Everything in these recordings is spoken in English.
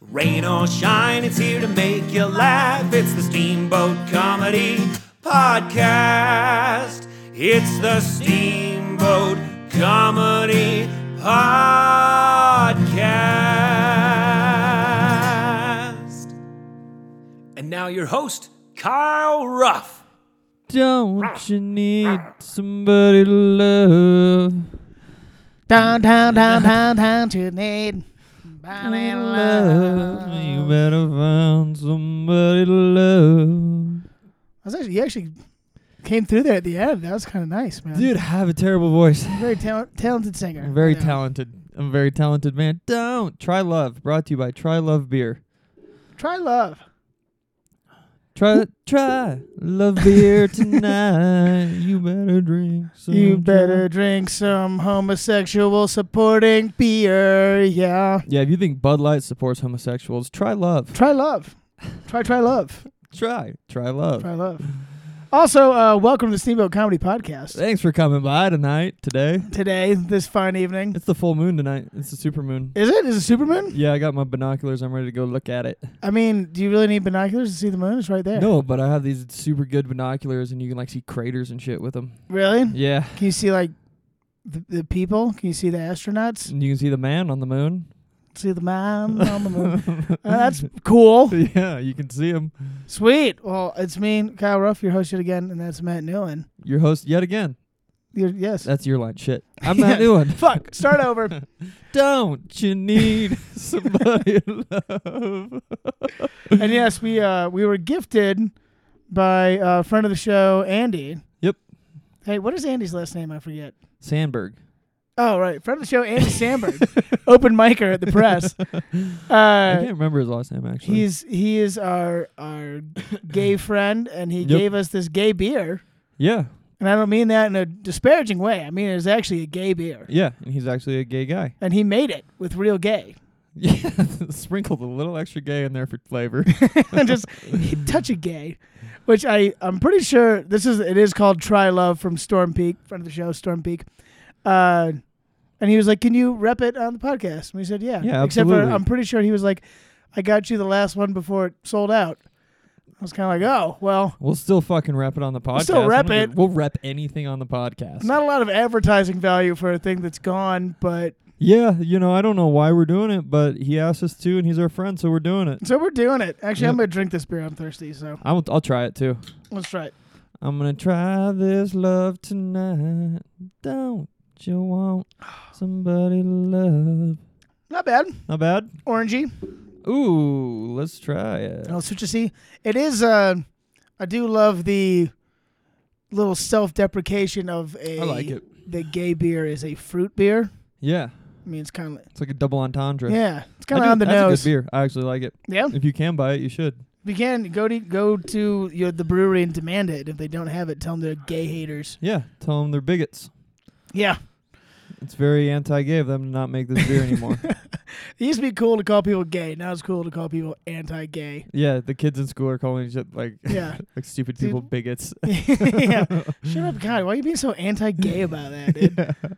Rain or shine, it's here to make you laugh. It's the Steamboat Comedy Podcast. It's the Steamboat Comedy Podcast. And now your host, Kyle Ruff. Don't you need somebody to love? Downtown, downtown, down to need. You love. You better find somebody to love. was actually, you actually came through there at the end. That was kind of nice, man. Dude, I have a terrible voice. Very tal- talented singer. I'm very Yeah. talented. I'm a very talented man. Don't try love. Brought to you by Try Love Beer. Try love. Try try love beer tonight. you better drink some. you Try- better drink some homosexual supporting beer. Yeah. Yeah, if you think Bud Light supports homosexuals, try love. Try love. Try, try love. Try try love. Try love. Also, uh, welcome to the Steamboat Comedy Podcast. Thanks for coming by tonight. Today, Today, this fine evening. it's the full moon tonight. It's the super moon. Is it? Is it Superman? Yeah, I got my binoculars. I'm ready to go look at it. I mean, do you really need binoculars to see the moon? It's right there. No, but I have these super good binoculars, and you can like see craters and shit with them. Really? Yeah, Can you see like the, the people? Can you see the astronauts? and you can see the man on the moon. See the man on the moon? Uh, that's cool. yeah, you can see him. Sweet. Well, it's me, Kyle Ruff, your host yet again, and that's Matt Newland. Your host yet again. You're, yes. That's your line. Shit, I'm not doing. Fuck. Start over. Don't you need somebody to love? and yes, we uh we were gifted by a uh, friend of the show, Andy. Yep. Hey, what is Andy's last name? I forget. Sandberg. Oh right, friend of the show, Andy Sandberg, open micer at the press. I Uh, can't remember his last name actually. he's he is our our gay friend, and he Yep. gave us this gay beer. yeah, And I don't mean that in a disparaging way. I mean it's actually a gay beer. yeah, and he's actually a gay guy. And he made it with real gay. Yeah, sprinkled a little extra gay in there for flavor. Just he- touch a gay. Which I, I'm pretty sure this is it is called Try Love from Storm Peak, friend of the show, Storm Peak. Uh and he was like, Can you rep it on the podcast? And we said, Yeah. Yeah, Except absolutely. for I'm pretty sure he was like, I got you the last one before it sold out. I was kinda like, Oh, well, We'll still fucking rep it on the podcast. still I rep don't it. give- We'll rep anything on the podcast. not a lot of advertising value for a thing that's gone, but yeah, you know, I don't know why we're doing it, but he asked us to, and he's our friend, so we're doing it. so we're doing it. Actually, I'm Yep. gonna drink this beer. I'm thirsty, so I'll, I'll try it too. let's try it. I'm gonna try this love tonight. Don't you want somebody to love? Not bad. Not bad. Orangey. Ooh, let's try it. Oh, so just see, it is. Uh, I do love the little self-deprecation of a. I like it. The gay beer is a fruit beer. Yeah, I mean, it's kind of it's like a double entendre. yeah, it's I kind of do- on the that's nose. A good beer. I actually like it. Yeah, If you can buy it, you should. we can go to go to you know, the brewery and demand it. If they don't have it, tell them they're gay haters. Yeah, tell them they're bigots. Yeah, It's very anti-gay of them to not make this beer anymore. it used to be cool to call people gay. Now it's cool to call people anti-gay. yeah, the kids in school are calling each other like Yeah, like stupid Dude. people bigots. yeah. Shut up, God! Why are you being so anti-gay about that, dude?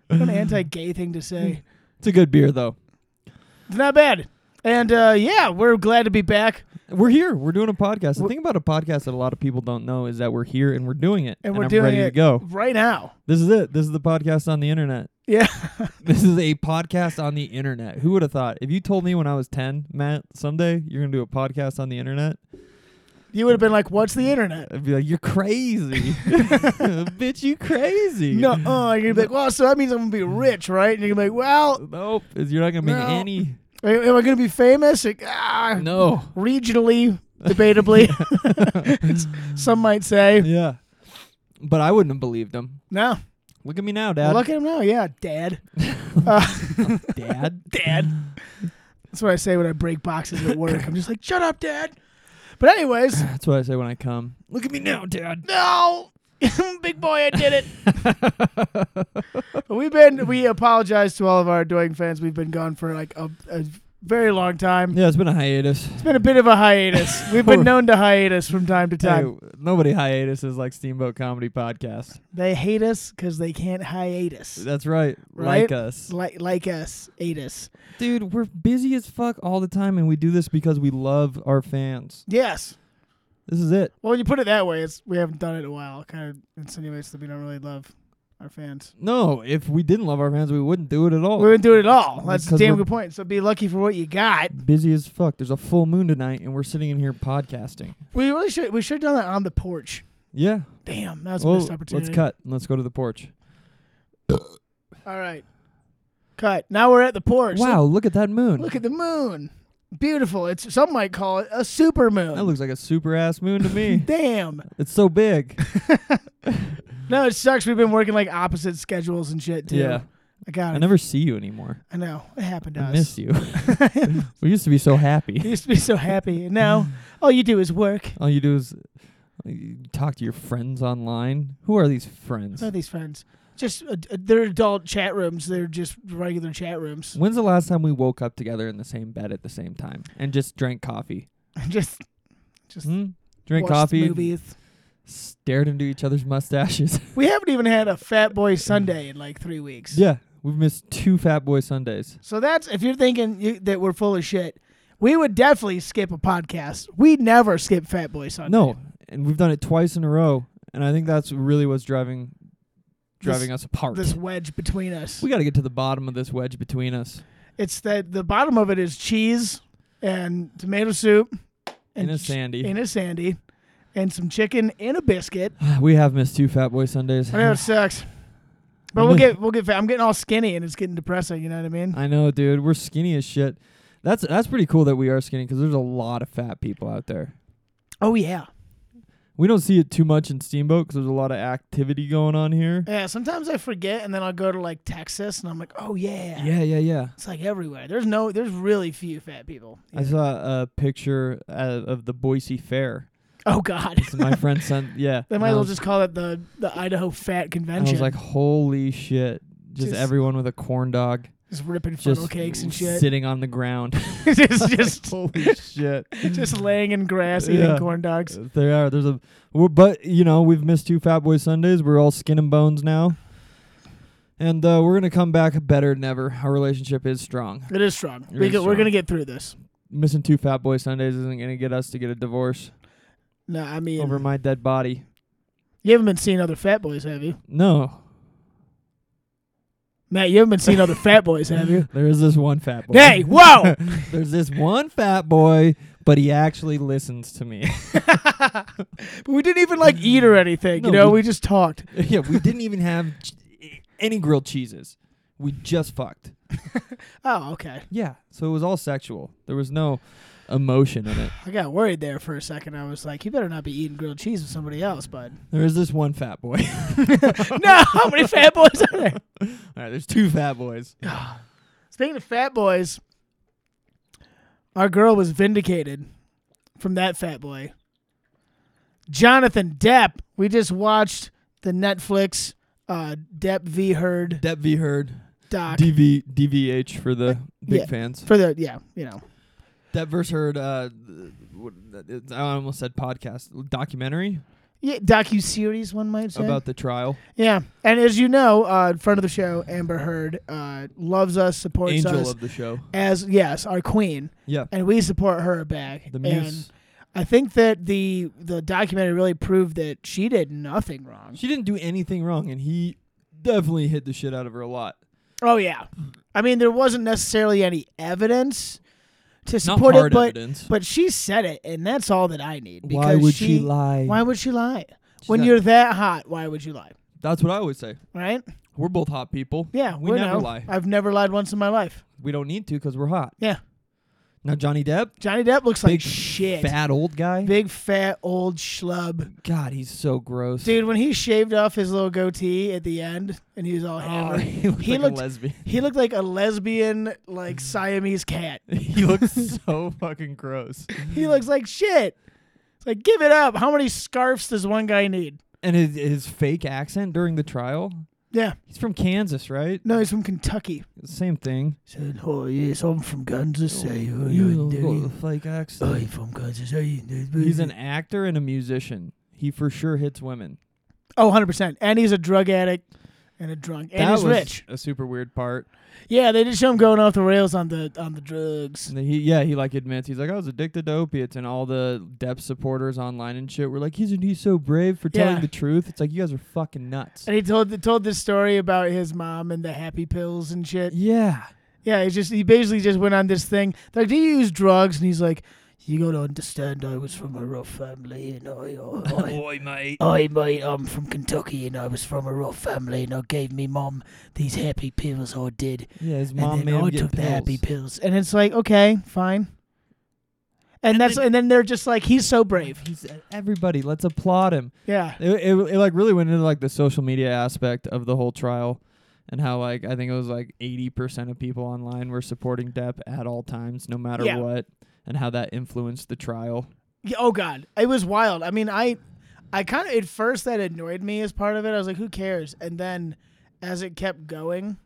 What an anti-gay thing to say. It's a good beer though. It's not bad. And uh, yeah, we're glad to be back. We're here. We're doing a podcast. The We're- thing about a podcast that a lot of people don't know is that we're here and we're doing it. And we're I'm doing ready it to go. right now. This is it. This is the podcast on the internet. Yeah. This is a podcast on the internet. Who would have thought? If you told me when I was 10, Matt, someday you're going to do a podcast on the internet, You would have been like, what's the internet? I'd be like, you're crazy. Bitch, you crazy. No, uh, you're going to be like, well, so that means I'm going to be rich, right? And you're going to be like, well, Nope. Is- You're not going to make No. any. am am I going to be famous? Like, ah, No. Regionally, debatably, some might say. Yeah. But I wouldn't have believed him. No. Look at me now, Well, Dad. look at him now. Yeah, dad. Uh, Dad. dad. That's what I say when I break boxes at work. I'm just like, shut up, dad. But, anyways, That's what I say when I come. Look at me now, Dad. no. Big boy, I did it. We've been we apologize to all of our adoring fans. We've been gone for like a, a very long time. Yeah, it's been a hiatus. It's been a bit of a hiatus. We've been known to hiatus from time to time. Hey, nobody hiatus is like Steamboat Comedy Podcast. They hate us because they can't hiatus. That's right. Right? Like us. Like like us, ate us. Dude, we're busy as fuck all the time and we do this because we love our fans. Yes. This is it. Well, when you put it that way, it's we haven't done it in a while. It kind of insinuates that we don't really love our fans. No, if we didn't love our fans, we wouldn't do it at all. We wouldn't do it at all. That's a Because damn we're- good point. So be lucky for what you got. busy as fuck. There's a full moon tonight and we're sitting in here podcasting. We really should. We should have done that on the porch. Yeah. Damn, that was a Well, missed opportunity. Let's cut and let's go to the porch. All right, cut. Now we're at the porch. Wow, look at that moon. Look, look at the moon. Beautiful. It's some might call it a super moon. that looks like a super ass moon to me. Damn. it's so big. No, it sucks. We've been working like opposite schedules and shit too. Yeah. I got I it. never see you anymore. I know it happened to I us. miss you. we used to be so You happy. used to be so happy. and Now all you do is work. All you do is uh, you talk to your friends online. Who are these friends? What are these friends? Just uh, d- they're adult chat rooms. They're just regular chat rooms. When's the last time we woke up together in the same bed at the same time and just drank coffee? just just Hmm? Drank watched coffee, Movies. stared into each other's mustaches. We haven't even had a Fat Boy Sunday in like three weeks. yeah, we've missed two Fat Boy Sundays. So that's if you're thinking you, that we're full of shit, we would definitely skip a podcast. We never skip Fat Boy Sunday. No, and we've done it twice in a row, and I think that's really what's driving driving us apart. this wedge between us. we got to get to the bottom of this wedge between us. It's that the bottom of it is cheese and tomato soup In a ch- sandy. in a sandy, and some chicken in a biscuit. we have missed two Fat Boy Sundays. I know it sucks, but I'm we'll li- get we'll get. Fat. I'm getting all skinny and it's getting depressing. You know what I mean? I know, dude. We're skinny as shit. That's that's pretty cool that we are skinny because there's a lot of fat people out there. Oh yeah, We don't see it too much in Steamboat because there's a lot of activity going on here. yeah. Sometimes I forget, and then I'll go to like Texas, and I'm like, oh yeah, Yeah, yeah, yeah. It's like everywhere. There's no. There's really few fat people. I saw a picture uh, of the Boise Fair. oh God. So my friend sent, yeah. They and might I as well was- just call it the the Idaho Fat I Convention. was like, holy shit! Just, Just- everyone with a corn dog, just ripping funnel just cakes and shit. sitting on the ground. just just holy shit! just laying in grass Yeah. eating corn dogs. There are. There's a. We're, but you know, we've missed two Fat Boy Sundays. We're all skin and bones now, and uh, we're gonna come back better than ever. Our relationship is strong. It is strong. It we is go, We're strong. gonna get through this. Missing two Fat Boy Sundays isn't gonna get us to get a divorce No, I mean over my dead body. you haven't been seeing other fat boys, have you, No, Matt? You haven't been seeing other fat boys, have you? there is this one fat boy. Hey, whoa! There's this one fat boy, but he actually listens to me. but we didn't even like eat or anything. No, you know, we- we just talked. yeah, we didn't even have ch- eh, any grilled cheeses. We just fucked. Oh, okay. Yeah, so it was all sexual. There was no emotion in it. I got worried there for a second. I was like, you better not be eating grilled cheese with somebody else, bud. There is this one fat boy. no, how many fat boys are there? All right, there's two fat boys. Speaking of fat boys, our girl was vindicated from that fat boy. Jonathan Depp. We just watched the Netflix uh, Depp v. Heard Depp v. Heard, doc DV, DVH for the big yeah. fans. for the yeah, you know. Depp versus Heard, uh, th- what, it's- I almost said podcast, documentary Yeah, docu series one might say. about the trial. yeah, and as you know, uh, in front of the show, Amber Heard uh, loves us, supports Angel us of the show. as yes, our queen, Yeah, and we support her back. the and muse. I think that the the documentary really proved that she did nothing wrong. She didn't do anything wrong, and he definitely hit the shit out of her a lot. Oh yeah, I mean there wasn't necessarily any evidence to Not support hard it, but evidence. but she said it, and that's all that I need. Because why would she, lie? Why would she lie? She's when not- you're that hot, why would you lie? That's what I always say. Right? We're both hot people. Yeah, we we're never no- lie. I've never lied once in my life. We don't need to because we're hot. Yeah. Now Johnny Depp, Johnny Depp looks Big like shit. fat old guy. Big fat old schlub. God, he's so gross. Dude, when he shaved off his little goatee at the end and he was all Oh, hammered, he looks he like looked- a lesbian. he looked like a lesbian, like Siamese cat. he looks so fucking gross. He looks like shit. It's like, give it up. How many scarves does one guy need? And his, his fake accent during the trial. Yeah. He's from Kansas, right? No, he's from Kentucky. Same thing. said, "Oh yes, I'm from Kansas. How Oh, you got a doing? fake I'm accent. from Kansas. How you doing?" He's an actor and a musician. He for sure hits women. oh, 100 percent. And he's a drug addict and a drunk. And that he's was rich. a super weird part. Yeah, they just show him going off the rails on the on the drugs. And he, yeah, he like admits he's like I was addicted to opiates, and all the Depp supporters online and shit were like, "Isn't he so brave for telling Yeah. the truth?" It's like you guys are fucking nuts. And he told told this story about his mom and the happy pills and shit. Yeah, Yeah, it's just he basically just went on this thing. They're like, do you use drugs? And he's like, you gotta understand, I was from a rough family, and I, mate. I, I, Oh, mate, I'm from Kentucky, and I was from a rough family, and I gave me mom these happy pills. I did, Yeah, his mom and made then him I get took the pills. happy pills, and it's like, okay, fine. And, that's and then they're just like, he's so brave. He's everybody. Let's applaud him. Yeah, It, it, it like really went into like the social media aspect of the whole trial, and how like I think it was like eighty percent of people online were supporting Depp at all times, no matter Yeah. what, and how that influenced the trial. Yeah, oh god, it was wild. I mean, I, I kind of at first that annoyed me as part of it. I was like, who cares? And then, as it kept going,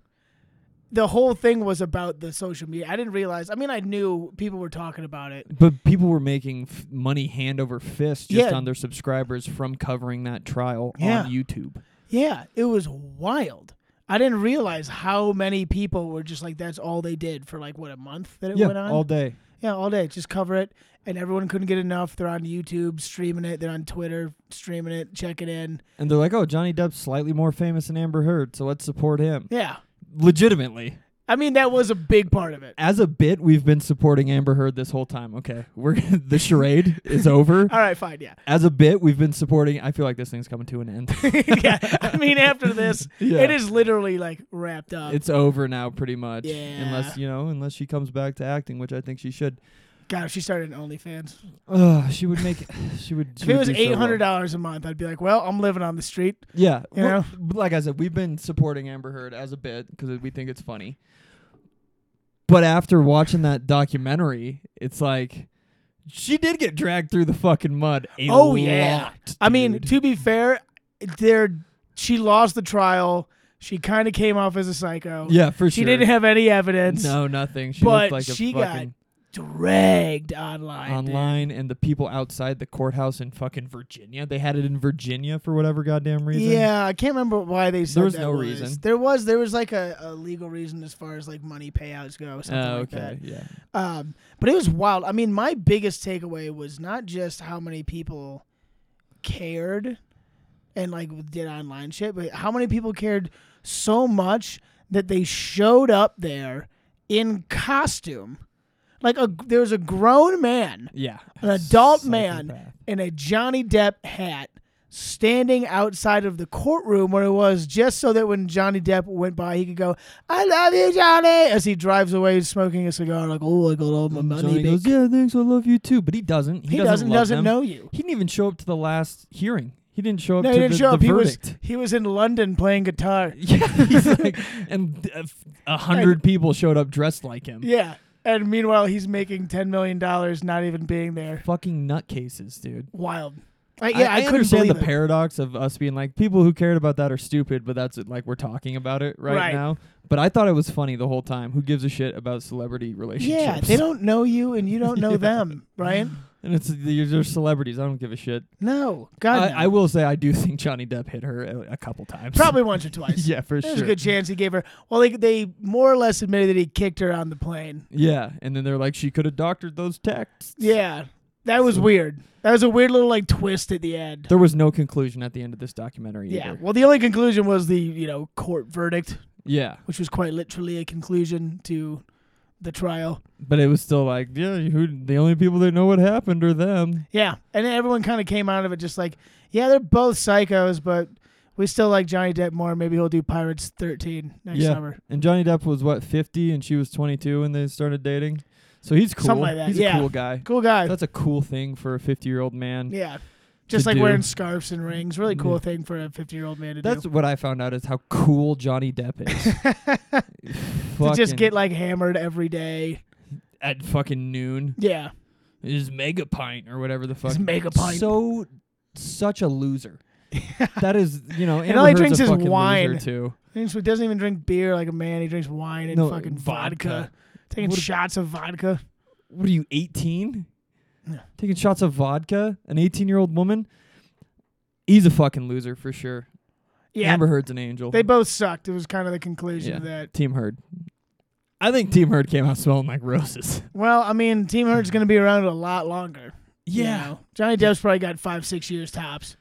the whole thing was about the social media. I didn't realize. I mean, I knew people were talking about it. But people were making f- money hand over fist just Yeah. on their subscribers from covering that trial Yeah. on YouTube. Yeah, it was wild. I didn't realize how many people were just like that's all they did for like what a month that it yeah, went on. all day. yeah, all day, just cover it, and everyone couldn't get enough. They're on YouTube streaming it. They're on Twitter streaming it, checking in. And they're like, "Oh, Johnny Depp's slightly more famous than Amber Heard, so let's support him." Yeah, Legitimately, I mean that was a big part of it. as a bit, we've been supporting Amber Heard this whole time. Okay, we're the charade is over. All right, fine, yeah. as a bit, we've been supporting. I feel like this thing's coming to an end. yeah, I mean, after this, Yeah. it is literally like wrapped up. it's over now, pretty much. Yeah. Unless you know, unless she comes back to acting, which I think she should. God, if she started an OnlyFans, Ugh, she would make. she would. She if it would was do so well. eight hundred dollars a month, I'd be like, well, I'm living on the street. Yeah. You well, know? but like I said, we've been supporting Amber Heard as a bit because we think it's funny. But after watching that documentary, it's like she did get dragged through the fucking mud. a Oh, yeah. lot, I mean, dude. to be fair, there she lost the trial. She kind of came off as a psycho. yeah, for she sure. didn't have any evidence. no nothing. She but looked like a she got fucking dragged online. dude. online and the people outside the courthouse in fucking Virginia. They had it in Virginia for whatever goddamn reason. Oh, Yeah, I can't remember why they said was that no reason. There was there was like a, a legal reason as far as like money payouts go, something Oh, like that. okay. Yeah. Um, but it was wild. I mean, my biggest takeaway was not just how many people cared and like did online shit, but how many people cared so much that they showed up there in costume. Like a there was a grown man, Yeah. an adult man Psychopath. in a Johnny Depp hat standing outside of the courtroom where it was just so that when Johnny Depp went by he could go, I love you, Johnny as he drives away smoking a cigar like, Oh I got all my And money. Johnny back." goes, yeah, thanks. I love you too. But he doesn't. He, he doesn't love doesn't them. know you. He didn't even show up to the last hearing. He didn't show up No, to he didn't the, show the up. He was verdict. he was in London playing guitar. yeah. He's like, and uh, f- a hundred people showed up dressed like him. Yeah. And meanwhile he's making ten million dollars not even being there. Fucking nutcases, dude. Wild. Like, yeah, I, couldn't understand believe the it. paradox of us being like people who cared about that are stupid, but that's it, like we're talking about it right, Right. now. But I thought it was funny the whole time. Who gives a shit about celebrity relationships? Yeah, they don't know you and you don't know them, right? And it's you're just celebrities. I don't give a shit. No. I, God no. I will say I do think Johnny Depp hit her a, a couple times. probably once or twice. yeah, for There's sure. a good chance he gave her. Well, they, they more or less admitted that he kicked her on the plane. yeah, and then they're like, she could have doctored those texts. Yeah, that was weird. That was a weird little like twist at the end. There was no conclusion at the end of this documentary. Yeah. either. Well, the only conclusion was the you know court verdict, yeah, which was quite literally a conclusion to the trial. but it was still like, yeah, who? The only people that know what happened are them. Yeah, and then everyone kind of came out of it just like, yeah, they're both psychos, but we still like Johnny Depp more. Maybe he'll do Pirates 13 next Yeah. summer. And Johnny Depp was what fifty, and she was twenty-two when they started dating. So he's cool. Something like that, He's yeah. a cool guy. Cool guy. That's a cool thing for a fifty-year-old man. yeah. Just To like do. wearing scarves and rings, really cool Yeah. thing for a 50 year old man to That's do. what I found out is how cool Johnny Depp is. to just Fucking- get like hammered every day. at fucking noon. Yeah, His mega pint or whatever the fuck. just make a pint. So such a loser. that is, you know, And Amber all he Heard's drinks a is fucking loser, wine. too. He just- he doesn't even drink beer like a man. He drinks wine and No, fucking vodka. vodka. Taking What a- shots of vodka. What are you, 18? Yeah. Taking shots of vodka, an 18 year old woman. He's a fucking loser for sure. Yeah. Amber Heard's an angel. They both sucked. It was kind of the conclusion Yeah. of that. Team Heard. I think Team Heard came out smelling like roses. Well, I mean, Team Heard's going to be around a lot longer. you know? Johnny Depp's probably got five, six years tops.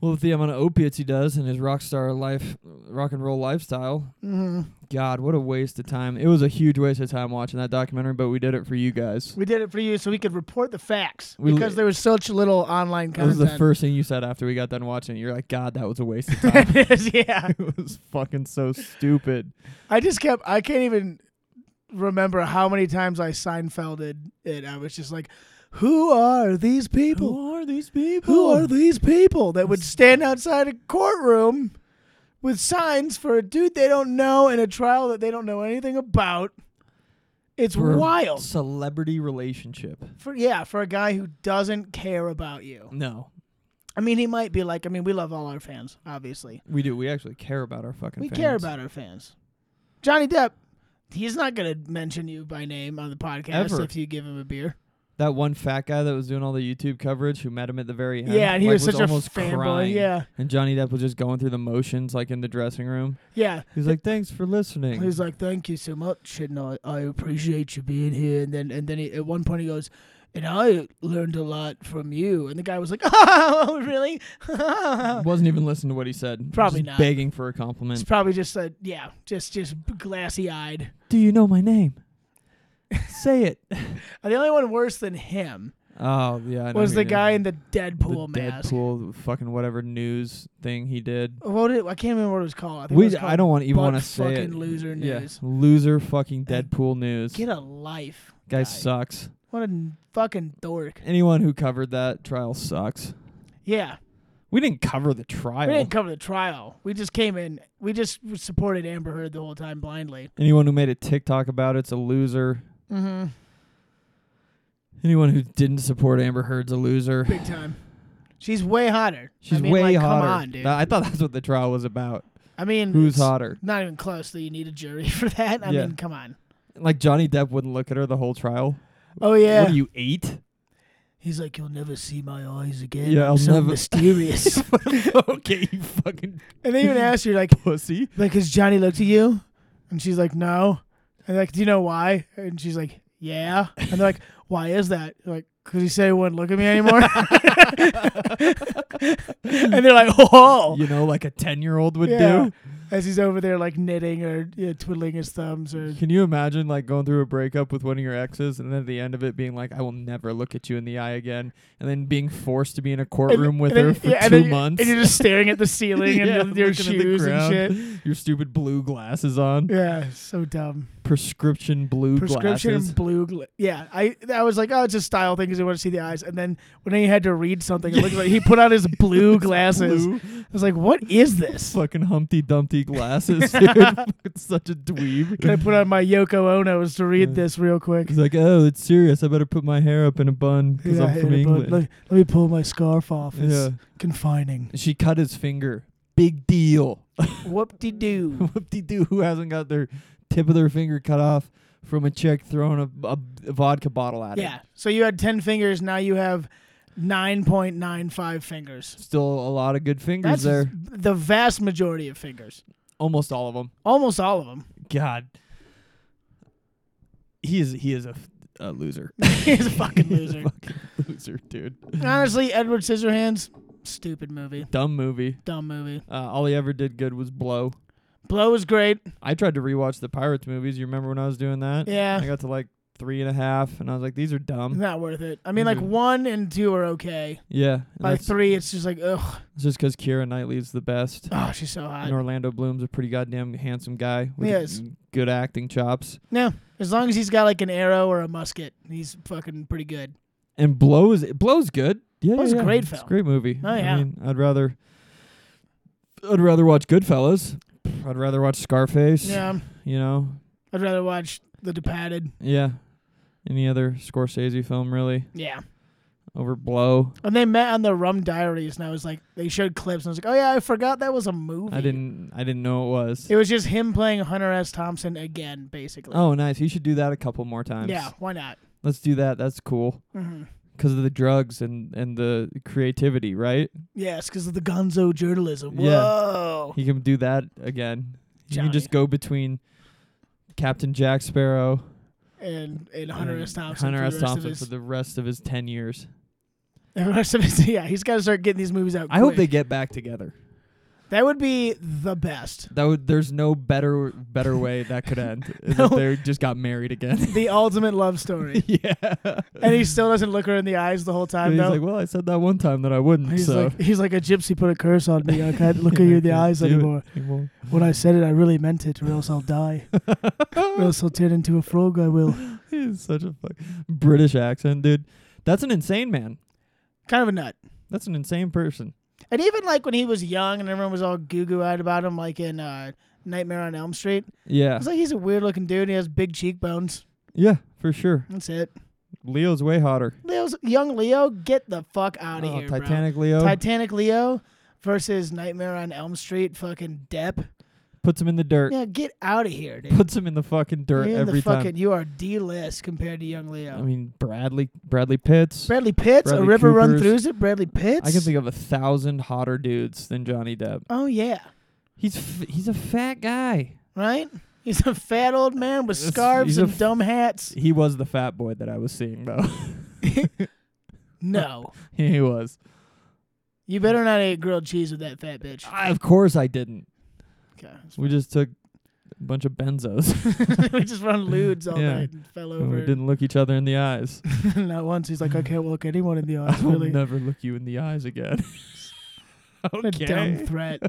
Well, with the amount of opiates he does and his rock star life, rock and roll lifestyle, hmm God, what a waste of time. It was a huge waste of time watching that documentary, but we did it for you guys. We did it for you so we could report the facts We- because there was such little online That was content. the first thing you said after we got done watching it. You're like, God, that was a waste of time. It is, yeah. it was fucking so stupid. I just kept. I can't even remember how many times I Seinfelded it. I was just like, "Who are these people? Who are these people? Who are these people that would stand outside a courtroom with signs for a dude they don't know and a trial that they don't know anything about?" It's For a wild. Celebrity relationship. For yeah, for a guy who doesn't care about you. No, I mean, he might be like. I mean, we love all our fans, obviously. we do. We actually care about our fucking We fans. care about our fans. Johnny Depp, he's not going to mention you by name on the podcast Ever. if you give him a beer. That one fat guy that was doing all the YouTube coverage who met him at the very end. Yeah, and he like, was such a almost fanboy. crying. Yeah, And Johnny Depp was just going through the motions, like in the dressing room. yeah. He's like, "Thanks for listening." He's like, "Thank you so much, and I, I appreciate you being here." And then, and then he, at one point, he goes, "And I learned a lot from you." And the guy was like, "Oh, really?" wasn't even listening to what he said. Probably Just not. Begging for a it's compliment. probably just a yeah, just just glassy eyed. Do you know my name? Say it. The only one worse than him Oh yeah. I know was who the you mean. guy in the the Deadpool mask. Deadpool fucking whatever news thing he did. What did, I can't remember what it was called. I, think it was We called I don't want even Butt want to say fucking it. loser Yeah, news. loser fucking Deadpool news. Get a life. guy guy. sucks. What a n- fucking dork. Anyone who covered that trial sucks. Yeah. We didn't cover the trial. We didn't cover the trial. We just came in. We just supported Amber Heard the whole time blindly. Anyone who made a TikTok about it's a loser. Mm-hmm. Anyone who didn't support Amber Heard's a loser. Big time. She's way hotter. She's I mean, way like, hotter. Come on, dude. Th- I thought that's what the trial was about. I mean, Who's it's hotter? Not even close. That you need a jury for that. I Yeah. mean, come on. Like Johnny Depp wouldn't look at her the whole trial. Oh yeah. What are you eight? He's like, you'll never see my eyes again. Yeah, I'm I'll so never- mysterious. okay, you fucking and they even ask you like, pussy. like, has Johnny looked at you? And she's like, no. And like, do you know why? And she's like, yeah. And they're like, why is that? They're like, because he said he wouldn't look at me anymore. and they're like, oh. You know, like a ten year old would Yeah. do. As he's over there like knitting or you know, twiddling his thumbs or. Can you imagine like going through a breakup with one of your exes and then at the end of it being like, I will never look at you in the eye again and then being forced to be in a courtroom with and then- her for yeah, and two then- months. And you're just staring at the ceiling Yeah, and your, your looking at the shoes and ground. shit. Your stupid blue glasses on. Yeah, so dumb. Prescription blue Prescription glasses. blue. Gla- yeah, I I was like, oh, it's a style thing because you want to see the eyes. And then when he had to read something, it looked like he put on his blue glasses. Blue I was like, what is this? fucking Humpty Dumpty glasses, dude. Fucking such a dweeb. Can I put on my Yoko Ono's to read Yeah. this real quick? He's like, oh, it's serious. I better put my hair up in a bun because Yeah, I'm hey, from but England. Let, let me pull my scarf off. It's yeah. confining. She cut his finger. Big deal. Whoop de doo. Whoop de doo. Who hasn't got their tip of their finger cut off from a chick throwing a, a, a vodka bottle at yeah. it? So you had 10 fingers. Now you have 9.95 fingers. Still a lot of good fingers That's there. the vast majority of fingers. Almost all of them. Almost all of them. God. He is he is a, f- a loser. He's a fucking He's loser. a fucking loser, dude. Honestly, Edward Scissorhands, stupid movie. Dumb movie. Dumb movie. Uh, all he ever did good was blow. Blow was great. I tried to rewatch the Pirates movies. You remember when I was doing that? Yeah. I got to like three and a half, and I was like, these are dumb. Not worth it. I mean, like Mhm. one and two are okay. Yeah. and By that's- three, it's just like, ugh. It's just because Kira Knightley's the best. Oh, she's so hot. and Orlando Bloom's a pretty goddamn handsome guy with Yes. good acting chops. No, as long as he's got like an arrow or a musket, he's fucking pretty good. And Blow is Blow's good. Yeah, Blow's a yeah, yeah. great It's film. great movie. Oh, I yeah. mean, I'd rather I'd rather watch Goodfellas. I'd rather watch Scarface. Yeah, You know. I'd rather watch The Departed. Yeah. Any other Scorsese film really? Yeah, over blow. And they met on the Rum Diaries, and I was like, they showed clips, and I was like, oh yeah, I forgot that was a movie. I didn't I didn't know it was. It was just him playing Hunter S. Thompson again, basically. Oh, nice. You should do that a couple more times. yeah, why not? Let's do that. That's cool. Mm-hmm. Because of the drugs and, and the creativity, right? Yes, because of the Gonzo journalism. Yeah. Whoa. He can do that again. You can just go between Captain Jack Sparrow and and Hunter and S. Thompson. Hunter for S. the rest Thompson Of for his, the rest of his 10 years. the rest of his, yeah, he's got to start getting these movies out. I hope they quick. get back together. That would be the best. That would, there's no better better way that could end. is if No. they just got married again. The ultimate love story. yeah. and he still doesn't look her in the eyes the whole time, And he's though. like, well, I said that one time that I wouldn't. He's so like, he's like a gypsy put a curse on me. I can't look at you in the Can't eyes do it anymore. anymore. When I said it, I really meant it, or else I'll die. or else I'll turn into a frog. I will. He's such a fuck British accent, dude. That's an insane man. Kind of a nut. That's an insane person. And even like when he was young, and everyone was all goo goo eyed about him, like in uh, Nightmare on Elm Street. Yeah. It's like he's a weird looking dude. And he has big cheekbones. Yeah, for sure. That's it. Leo's way hotter. Leo's young Leo. Get the fuck out of Oh, here, Titanic Leo bro. Titanic Leo versus Nightmare on Elm Street. Fucking Depp. puts him in the dirt. Yeah, get out of here, dude. Puts him in the fucking dirt You're in every the fucking, time. You are D list compared to young Leo. I mean, Bradley Bradley Pitts. Bradley Pitts, Bradley a river run Coopers. throughs it. Bradley Pitts. I can think of a thousand hotter dudes than Johnny Depp. Oh yeah, He's f- he's a fat guy. right. He's a fat old man with It's- scarves he's a and f- dumb hats. He was the fat boy that I was seeing though. No, he was. you better not eat grilled cheese with that fat bitch. I, of course I didn't. Okay. that's Ah. We just took a bunch of benzos. fine. we just run lewds all Yeah. night and fell And over. we didn't look each other in the eyes. not once. He's like, I can't look anyone in the eyes. I will Really, never look you in the eyes again. what a dumb threat.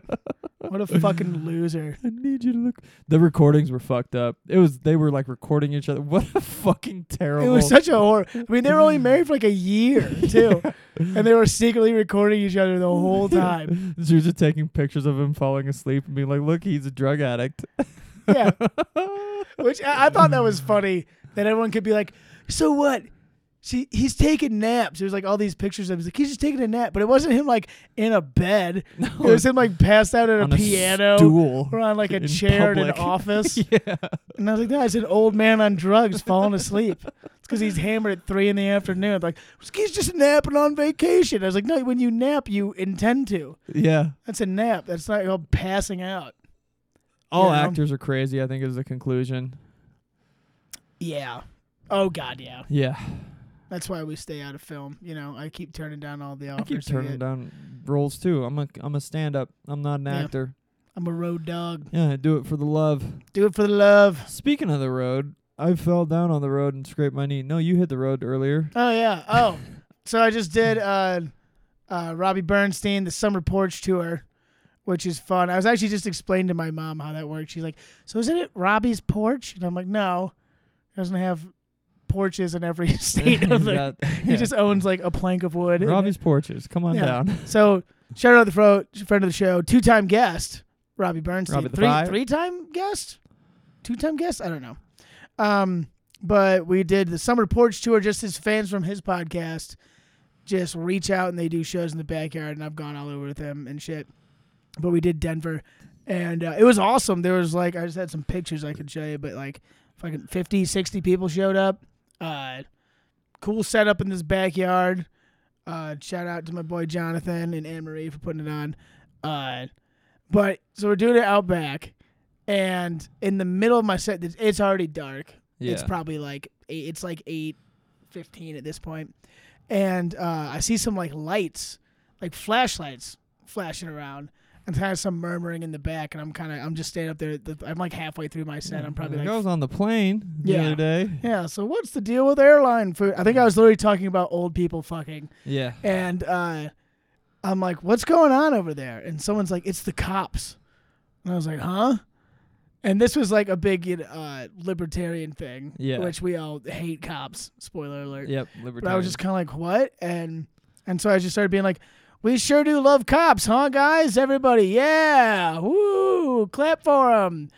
what a fucking loser. I need you to look. The recordings were fucked up. It was they were like recording each other. What a fucking terrible. It was such a horror. I mean, they were only married for like a year too, and they were secretly recording each other the whole time. She was just taking pictures of him falling asleep and being like, "Look, he's a drug addict." yeah. Which I, I thought that was funny that everyone could be like, so what? She, he's taking naps. There was like all these pictures of him. He's like, he's just taking a nap. But it wasn't him like in a bed. It was him like passed out at on a, piano stool. or on like a in chair in an public. office. yeah. And I was like, that's an old man on drugs falling asleep. It's because he's hammered at three in the afternoon. Like, he's just napping on vacation. I was like, no, when you nap, you intend to. Yeah. That's a nap. That's not you passing out. All Yeah. actors are crazy. I think is the conclusion. Yeah. Oh, God, yeah. Yeah. That's why we stay out of film. You know, I keep turning down all the I offers. keep I turning get. down roles too. I'm a I'm a stand up. I'm not an Yeah. actor. I'm a road dog. Yeah, I do it for the love. Do it for the love. Speaking of the road, I fell down on the road and scraped my knee. No, you hit the road earlier. Oh yeah. Oh, so I just did uh, uh, Robbie Bernstein the summer porch tour, which is fun. I was actually just explaining to my mom how that works. She's like, "So isn't it Robbie's porch?" And I'm like, "No, he doesn't have porches in every state. Of the, Yeah, He yeah. just owns like a plank of wood." and- Robbie's porches. Come on Yeah. down. So shout out to the fro- friend of the show, two time guest, Robbie Bernstein. Robbie the three Five. three time guest? Two time guest? I don't know. Um, but we did the summer porch tour, just as fans from his podcast just reach out and they do shows in the backyard and I've gone all over with them and shit. But we did Denver and uh, it was awesome. There was like I just had some pictures I could show you, but like fucking 50, 60 people showed up. Uh cool setup in this backyard. Uh, shout out to my boy Jonathan and Anne Marie for putting it on. Uh, but so we're doing it out back, and in the middle of my set, it's- it's already dark. Yeah. It's probably like eight, it's like eight fifteen at this point, and uh, I see some like lights, like flashlights flashing around. And kind of some murmuring in the back, and I'm kind of I'm just standing up there. at the- I'm like halfway through my set. I'm probably I like was on the plane the Yeah. other day. yeah, so what's the deal with airline food? I think I was literally talking about old people fucking. Yeah. And uh, I'm like, what's going on over there? And someone's like, it's the cops. And I was like, huh? And this was like a big you know, uh, libertarian thing, Yeah. which we all hate cops. Spoiler alert. Yep. But I was just kind of like, what? And and so I just started being like, we sure do love cops, huh, guys? Everybody, yeah, woo, clap for them.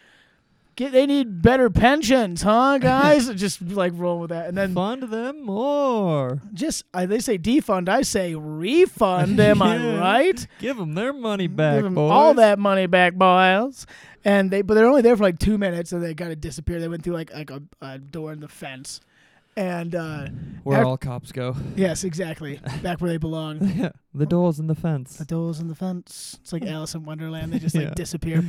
Get they need better pensions, huh, guys? just like roll with that, and then fund them more. just I, they say defund, I say refund. Am I Yeah. right? Give them their money back, Give 'em boys. all that money back, boys. And they, but they're only there for like two minutes, and they kind of disappear. They went through like like a, a door in the fence, and uh, Where Ev- all cops go. yes, exactly, back where they belong. Yeah, the doors and the fence. The doors in the fence. It's like Alice in Wonderland. They just like Yeah. disappear.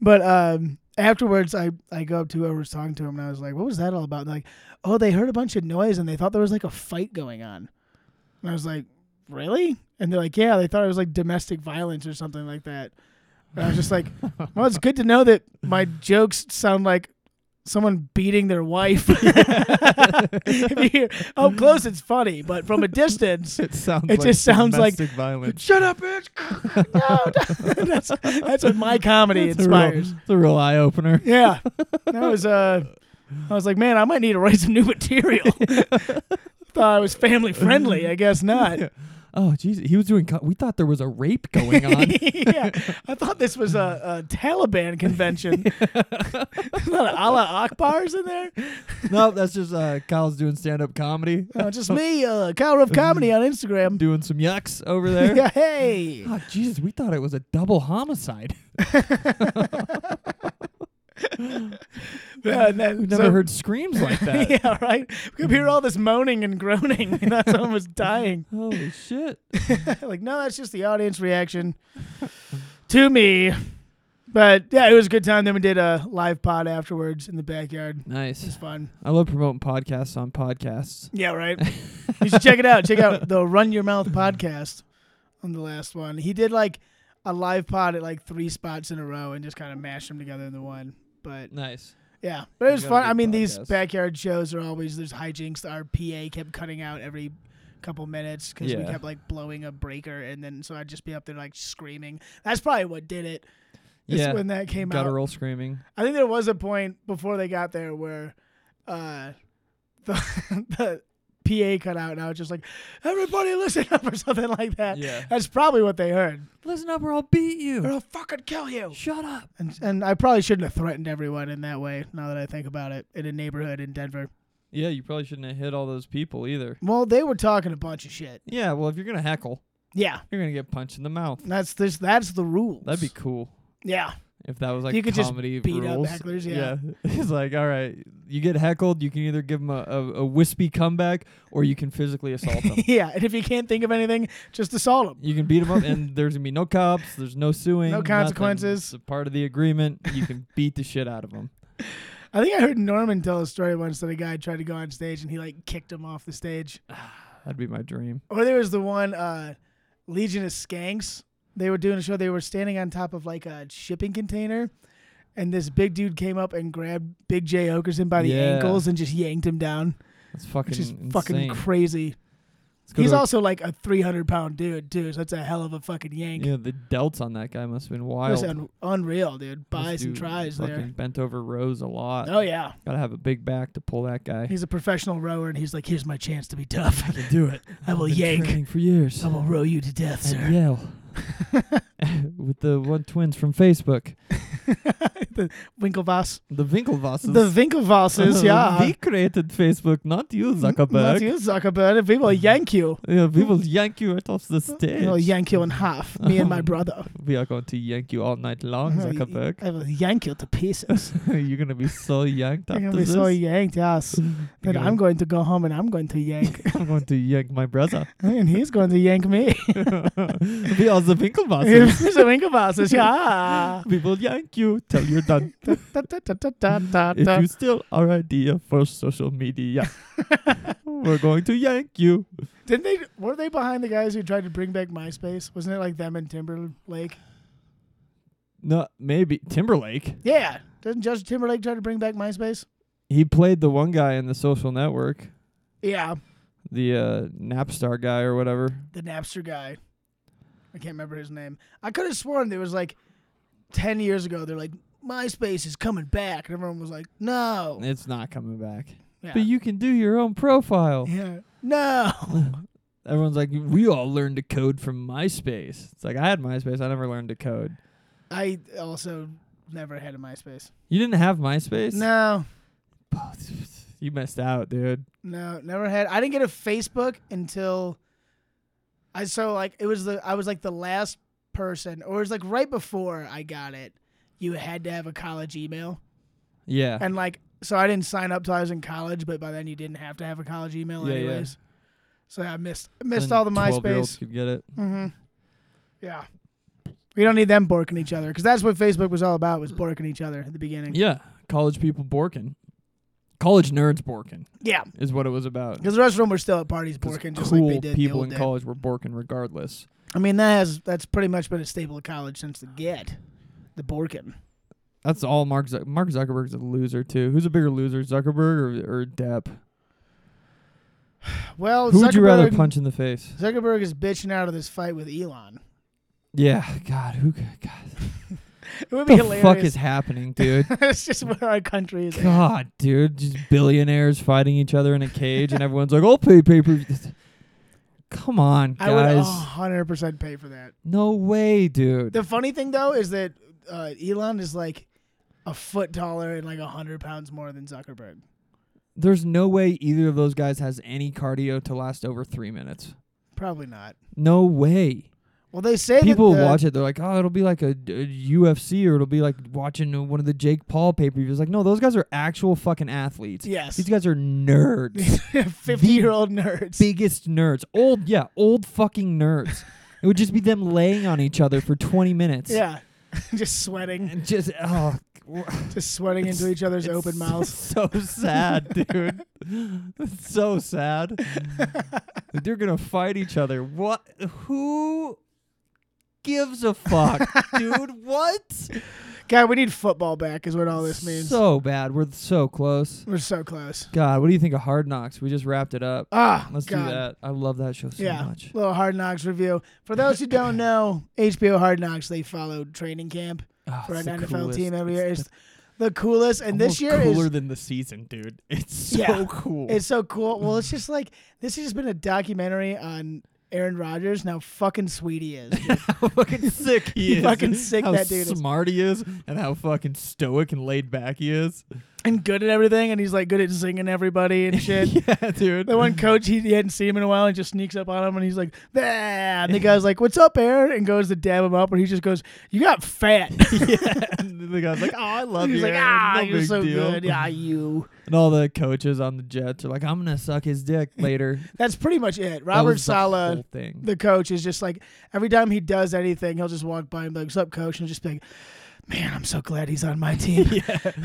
But um, afterwards, I I go up to whoever was talking to him, and I was like, "What was that all about?" And they're like, "Oh, they heard a bunch of noise, and they thought there was like a fight going on." And I was like, "Really?" And they're like, "Yeah, they thought it was like domestic violence or something like that." And I was just like, "Well, it's good to know that my jokes sound like." Someone beating their wife. if you hear up close, it's funny, but from a distance, It sounds. It like just sounds like- domestic violence. Shut up, bitch! no, that's that's what my comedy It's a real- inspires. It's a real eye opener. Yeah, that was uh, I was like, man, I might need to write some new material. Thought I was family friendly, I guess not. Yeah. Oh, jeez, he was doing. Co- we thought there was a rape going on. yeah, I thought this was a, a Taliban convention. a lot of Allah Akbar's in there. no, that's just uh, Kyle's doing stand-up comedy, Uh, just me, uh, Kyle Ruff Comedy on Instagram. doing some yucks over there. yeah, hey. Oh, Jesus, we thought it was a double homicide. Yeah, and that, We never so- heard screams like that. Yeah, right. We could hear all this moaning and groaning. and That's almost dying. Holy shit! like, no, that's just the audience reaction to me. But yeah, it was a good time. Then we did a live pod afterwards in the backyard. It was Nice. fun. I love promoting podcasts on podcasts. Yeah, right. you should check it out. Check out the Run Your Mouth podcast on the last one. He did like a live pod at like three spots in a row and just kind of mashed them together into one. But Nice. yeah, but it was You got a fun. I good mean, these podcast. backyard shows are always there's hijinks. Our PA kept cutting out every couple minutes because we Yeah. kept like blowing a breaker, and then so I'd just be up there like screaming. That's probably what did it. is Yeah. when that came out. Guttural screaming. I think there was a point before they got there where uh, the the PA cut out, and I was just like, "Everybody, listen up," or something like that. Yeah. That's probably what they heard. Listen up, or I'll beat Or you. I'll fucking kill you. Shut up. And, and I probably shouldn't have threatened everyone in that way. Now that I think about it, in a neighborhood in Denver. Yeah, you probably shouldn't have hit all those people either. Well, they were talking a bunch of shit. Yeah, well, if you're gonna heckle, Yeah, you're gonna get punched in the mouth. that's this. That's the rules. That'd be cool yeah. if that was like You could just comedy beat up rules. hecklers, yeah. it's like all right, you get heckled, you can either give them a, a, a wispy comeback or you can physically assault them. yeah, and if you can't think of anything, just assault them. You can beat them up, and there's gonna be no cops. There's no suing. No nothing. consequences. It's a part of the agreement. You can beat the shit out of them. I think I heard Norman tell a story once that a guy tried to go on stage and he like kicked him off the stage. That'd be my dream. Or there was the one uh, Legion of Skanks. They were doing a show. They were standing on top of like a shipping container, and this big dude came up and grabbed Big J Okerson by the Yeah. ankles and just yanked him down, That's fucking which is insane. fucking crazy. Let's go He's to a- also like a 300 pound dude too, so that's a hell of a fucking yank. yeah. The delts on that guy must have been It wild. was un- unreal, dude. This Buys and dude tries fucking uh, there. Bent over rows a lot. Oh yeah, Gotta have a big back to pull that guy. he's a professional rower, and he's like, "Here's my chance to be tough. I can do it. I will Been yank. training for years. I will row you to death, and sir." yell. With the one twins from Facebook, the Winklevoss. the Winklevosses. The Winklevosses, yeah. we created Facebook, not you, Not Zuckerberg. Mm-hmm. you, Zuckerberg. We will yank you. Yeah, we will yank you out of the stage. We will yank you in half, me and my Oh. brother. We are going to yank you all night long, I will- Zuckerberg. I will yank you to pieces. You're gonna be so yanked I'm after going to be this. so yanked, yes. You're That gonna- I'm going to go home and I'm going to yank. I'm going to yank my brother. and he's going to yank me. we are the Winklevosses. Here's the Winklevosses, yeah. we will yank you till you're done. Da, da, da, da, da, da, da. if you still are idea for social media, we're going to yank you. Didn't they, were they behind the guys who tried to bring back MySpace? Wasn't it like them and Timberlake? No, maybe Timberlake. Yeah. Doesn't Justin Timberlake try to bring back MySpace? He played the one guy in the social network, Yeah. the uh, Napstar guy or whatever. the Napster guy. I can't remember his name. I could have sworn there was like ten years ago. They're like MySpace is coming back, and everyone was like, "No, It's not coming back. yeah. But you can do your own profile. yeah. no." Everyone's like, we all learned to code from MySpace. It's like I had MySpace. I never learned to code. I also never had a MySpace. You didn't have MySpace? No, You missed out, dude. No, never had. I didn't get a Facebook until I so like it was the I was like the last person, or it was like right before I got it. You had to have a college email, Yeah. and like so I didn't sign up till I was in college, but by then you didn't have to have a college email Yeah, yeah. anyways. So I missed missed Then all the 12-year-olds MySpace. Could get it. Mm-hmm. Yeah, we don't need them borking each other because that's what Facebook was all about Mm. was borking each other at the beginning. Yeah, college people borking. College nerds borking Yeah, is what it was about. because the rest of them were still at parties 'Cause borking, just cool like they did the people old in days. college were borking regardless. I mean, that has that's pretty much been a staple of college since the get, the Borkin. That's all Mark Zuck- Mark Zuckerberg's a loser too. Who's a bigger loser, Zuckerberg or, or Depp? Well, Who would you rather Oh, Zuckerberg- punch in the face? Zuckerberg is bitching out of this fight with Elon. Yeah, God, who? c- God, It would be the hilarious. fuck is happening, dude? that's just where our country is. at. God, dude, just billionaires fighting each other in a cage, and everyone's like, "I'll pay pay per." Come on, I would oh. guys. hundred percent pay for that. No way, dude. The funny thing though is that uh, Elon is like a foot taller and like hundred pounds more than Zuckerberg. There's no way either of those guys has any cardio to last over three minutes. Probably not. No way. Well, they say People that the- watch it. They're like, oh, it'll be like a, a UFC or it'll be like watching uh, one of the Jake Paul pay per views. Like, no, those guys are actual fucking athletes. Yes, These guys are nerds. fifty-year-old nerds. Biggest nerds. Old, yeah, old fucking nerds. it would just be them laying on each other for 20 minutes. Yeah, just sweating, And just, oh, just sweating It's- into each other's it's open mouths. So sad, dude. It's so sad. They're gonna fight each other. What? Who gives a fuck, dude? What? God, we need football back, is what all this means. So bad. We're so close. We're so close. God, what do you think of Hard Knocks? We just wrapped it up. Ah, Let's God. do that. I love that show so yeah, much. little Hard Knocks review. For those who don't know, HBO Hard Knocks they followed training camp Oh, for it's an the NFL coolest. team every It's year. the- It's the coolest, and almost this year cooler is than the season, dude. It's so Yeah. cool. it's so cool. Well, it's just like this has just been a documentary on Aaron Rodgers. and How fucking sweet he is. dude. how fucking sick he How is. fucking sick how that dude is. smart he is, and how fucking stoic and laid back he is. and good at everything, and he's like good at zinging everybody and shit. yeah, dude. The one coach he, he hadn't seen him in a while, and just sneaks up on him, and he's like, "Ah!" And the guy's like, "What's up, Aaron?" And goes to dab him up, and he just goes, "You got fat." yeah. And the guy's like, "Oh, I love he's you." like, Aaron. "Ah, No you're big so deal." good. Ah, you." And all the coaches on the Jets are like, "I'm gonna suck his dick later." That's pretty much it. That Robert was the Sala, whole thing. the coach, is just like every time he does anything, he'll just walk by and be like, "What's up, coach?" And just be like, "Man, I'm so glad he's on my team."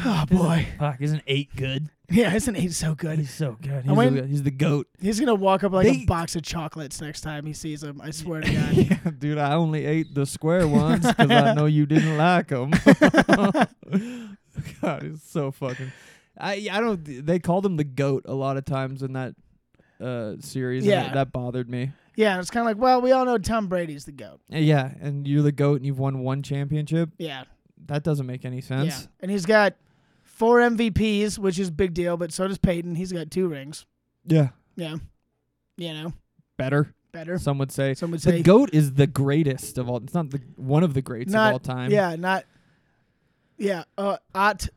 Oh boy, Fuck, isn't eight good? yeah, isn't he so good? He's so good. I He's, went- the, he's the goat. He's gonna walk up like They- a box of chocolates next time he sees him. I swear to God. yeah, dude, I only ate the square ones because I know you didn't like them. God, it's so fucking. I I don't. They called him the goat a lot of times in that uh series. and Yeah. that, that bothered me. Yeah, it's kind of like, well, we all know Tom Brady's the goat. Uh, Yeah, and you're the goat, and you've won one championship. Yeah, That doesn't make any sense. yeah, and he's got four MVPs, which is big deal. But so does Peyton. He's got two rings. yeah. Yeah, you know, better. better. Some would say Some would the say goat is the greatest of all. It's not the one of the greats Not- of all time. Yeah, not. Yeah, uh, at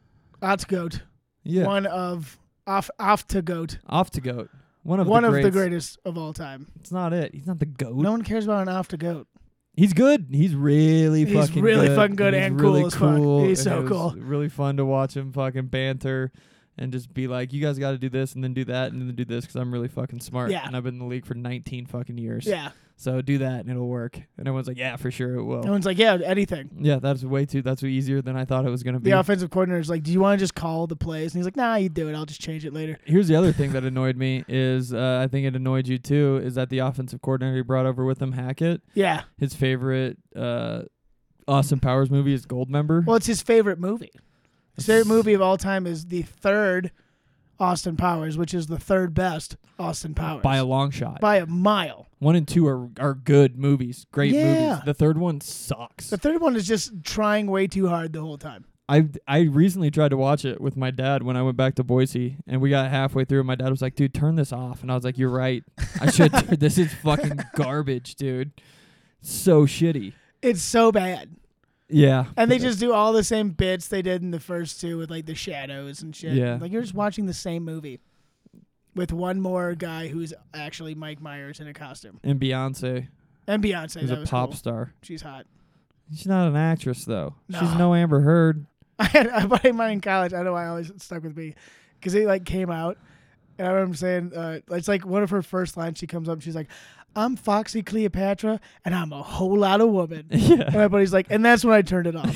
at goat. yeah. One of off off to goat. Off to goat. One of One the of greats. the greatest of all time. It's not it. He's not the goat. No one cares about an off to goat. He's good. He's really He's fucking. really good. fucking good He's and really cool as fuck. cool, He's and so it was cool. Really fun to watch him fucking banter. And just be like, you guys got to do this, and then do that, and then do this, because I'm really fucking smart, Yeah. and I've been in the league for 19 fucking years. Yeah, So do that, and it'll work. And everyone's like, yeah, for sure it will. no one's like, yeah, anything. Yeah, that's way too. That's way easier than I thought it was gonna be. The offensive coordinator's like, do you want to just call the plays? And he's like, nah, you do it. I'll just change it later. Here's the other thing that annoyed me is uh, I think it annoyed you too is that the offensive coordinator he brought over with him Hackett Yeah. his favorite uh, Austin Powers movie is Goldmember. Well, it's his favorite movie. His favorite movie of all time is the third Austin Powers, which is the third best Austin Powers by a long shot. by a mile. One and two are are good movies, great Yeah. movies. The third one sucks. The third one is just trying way too hard the whole time. I I recently tried to watch it with my dad when I went back to Boise, and we got halfway through. And my dad was like, "Dude, turn this off," and I was like, "You're right. I should. turn- this is fucking garbage, dude. So shitty." It's so bad. Yeah, And they just do all the same bits they did in the first two with like the shadows and shit. Yeah. Like you're just watching the same movie. with one more guy who's actually Mike Myers in a costume And Beyonce and Beyonce. is that a was pop cool. star. She's hot. She's not an actress though. She's No. no Amber Heard. I had I bought mine in college. I don't know why it always stuck with me because it like came out. And I remember saying, uh, it's like one of her first lines. She comes up, and she's like, "I'm Foxy Cleopatra, and I'm a whole lot of woman." And yeah. my buddy's like, and that's when I turned it off.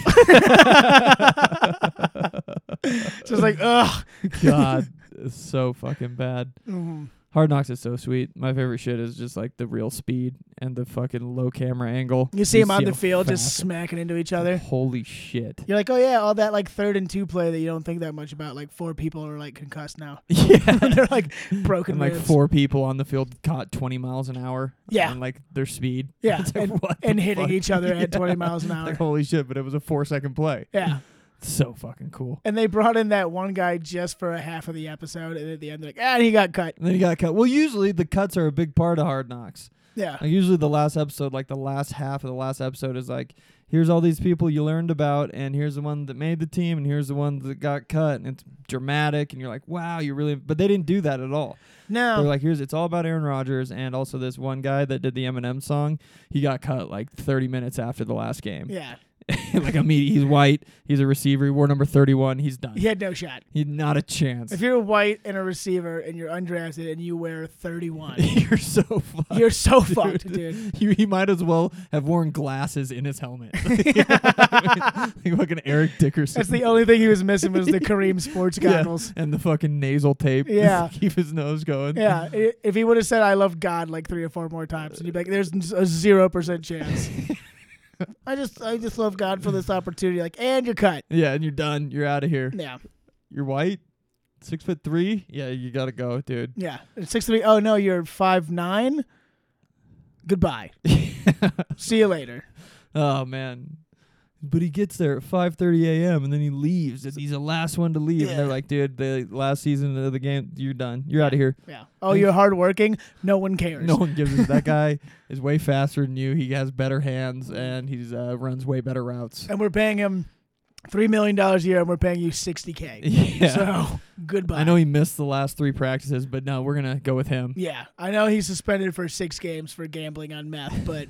so it's like, ugh. God, it's so fucking bad. Mhm. Hard Knocks is so sweet. My favorite shit is just like the real speed and the fucking low camera angle. You see them on how the field just fast- smacking into each other. Holy shit. You're like, oh yeah, all that like third and two play that you don't think that much about. Like four people are like concussed now. Yeah. They're like broken and like ribs. four people on the field caught 20 miles an hour. Yeah. And like their speed. Yeah, It's and- what and the hitting fuck? each other at 20 miles an It's hour. Like, holy shit, but it was a four second play. Yeah. So fucking cool. And they brought in that one guy just for a half of the episode, and at the end, they're like, ah, and he got cut. And then he got cut. Well, usually the cuts are a big part of Hard Knocks. Yeah. Like, usually the last episode, like the last half of the last episode, is like, here's all these people you learned about, and here's the one that made the team, and here's the one that got cut, and it's dramatic, and you're like, wow, you really. But they didn't do that at all. No. They're like, here's it's all about Aaron Rodgers, and also this one guy that did the Eminem song. He got cut like 30 minutes after the last game. yeah. like immediately, he's white. He's a receiver. He wore number 31. He's done. He had no shot. He's not a chance. If you're white and a receiver and you're undrafted and you wear 31, you're so fucked. you're so dude. fucked, dude. You, he might as well have worn glasses in his helmet. like fucking Eric Dickerson. That's the only thing he was missing was the Kareem sports Yeah. goggles. and the fucking nasal tape. to Yeah. keep his nose going. Yeah. i if he would have said "I love God" like three or four more times, and you'd be like, "There's a zero percent chance." I just, I just love God for this opportunity. Like, and you're cut. Yeah, and you're done. You're out of here. Yeah, You're white, six foot three. Yeah, you gotta go, dude. yeah. And Six three. Oh no, you're five nine. Goodbye. See you later. oh man. But he gets there at 5:30 a.m. and then he leaves. And he's the last one to leave. And they're Yeah. like, "Dude, the last season of the game, you're done. You're out of here." Yeah. Oh, you're hardworking. No one cares. No one gives a that guy is way faster than you. He has better Mm-hmm. hands and he's uh, runs way better routes. And we're paying him three million dollars a year, and we're paying you sixty k. Yeah. So goodbye. I know he missed the last three practices, but no, we're gonna go with him. Yeah, I know he's suspended for six games for gambling on meth, but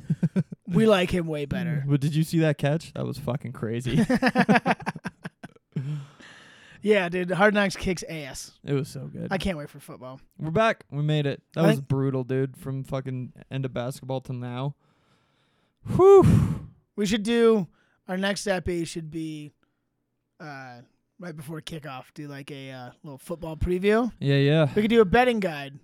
we like him way better. Mm, But did you see that catch? That was fucking crazy. Yeah, dude, Hard Knocks kicks ass. it was so good. I can't wait for football. We're back. We made it. That I was think- brutal, dude. From fucking end of basketball to now. Whew. We should do our next epi should be uh, right before kickoff. Do like a uh, little football preview. Yeah, yeah, We could do a betting guide,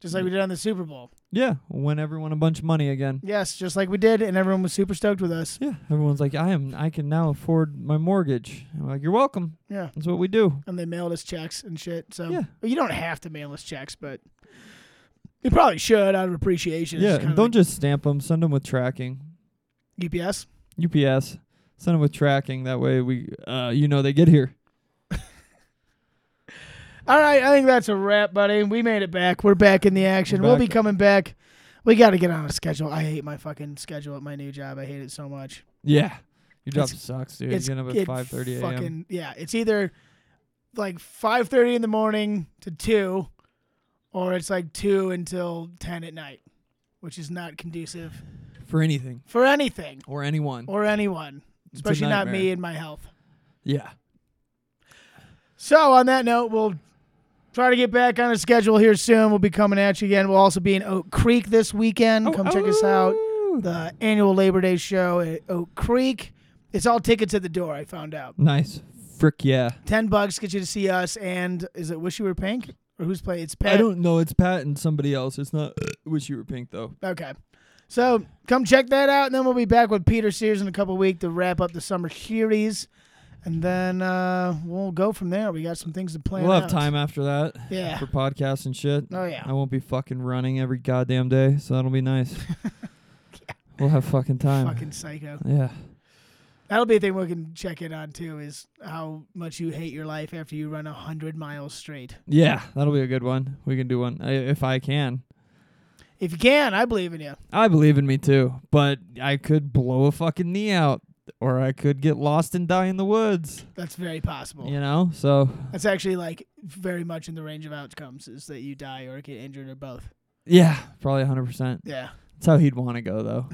just like we did on the Super Bowl. yeah. Win everyone a bunch of money again. Yes, just like we did, and everyone was super stoked with us. Yeah, everyone's like, I am. I can now afford my mortgage. I'm like, you're welcome. Yeah, That's what we do. and they mailed us checks and shit. So Yeah. well, you don't have to mail us checks, but you probably should out of appreciation. It's yeah, just and kinda don't just stamp them. Send them with tracking. like UPS. UPS. Send them with tracking. That way we, uh, you know, they get here. All right, I think that's a wrap, buddy. We made it back. We're back in the action. We're We'll be back. coming back. We got to get on a schedule. I hate my fucking schedule at my new job. I hate it so much. Yeah. Your job It's- sucks, dude. You're getting up at it 5:30 a.m. fucking- Yeah, it's either like 5:30 in the morning to 2 or it's like 2 until 10 at night, which is not conducive for anything for anything or anyone. or anyone, It's a especially not me nightmare. and my health. Yeah. So on that note, we'll try to get back on a schedule here soon. We'll be coming at you again. We'll also be in Oak Creek this weekend. Come check us out. oh. The annual Labor Day show at Oak Creek. It's all tickets at the door. I found out. Nice. Frick yeah. Ten bucks gets you to see us. And is it Wish You Were Pink or who's playing? It's Pat. I don't know. It's Pat and somebody else. It's not Wish You Were Pink, though. Okay. So come check that out, and then we'll be back with Peter Sears in a couple weeks to wrap up the summer series, and then uh, we'll go from there. We got some things to plan. We'll have out. time after that Yeah. for podcasts and shit. Oh yeah. I won't be fucking running every goddamn day, so that'll be nice. We'll have fucking time. Fucking psycho. Yeah. That'll be a thing we can check in on too is how much you hate your life after you run a hundred miles straight. Yeah, that'll be a good one. We can do one I, if I can. If you can, I believe in you. I believe in me too, but I could blow a fucking knee out or I could get lost and die in the woods. That's very possible. You know, so That's actually like very much in the range of outcomes is that you die or get injured or both. yeah, probably 100%. Yeah. That's how he'd want to go, though.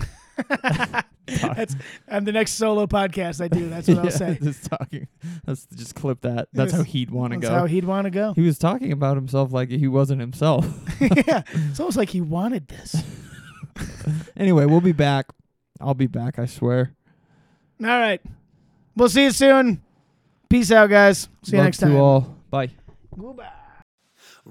that's on the next solo podcast I do. That's what Yeah, I'll say. Just talking. Let's just clip that. That's how That's- he'd want to That's go. how he'd want to go. he was talking about himself like he wasn't himself. yeah. It's almost like he wanted this. anyway, we'll be back. I'll be back, I swear. All right. We'll see you soon. Peace out, guys. See you Love next to time. all. Bye. Goodbye.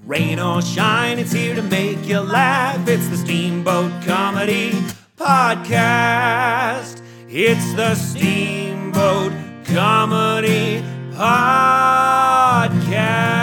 Rain or shine, it's here to make you laugh. It's the Steamboat Comedy Podcast. It's the Steamboat Comedy Podcast.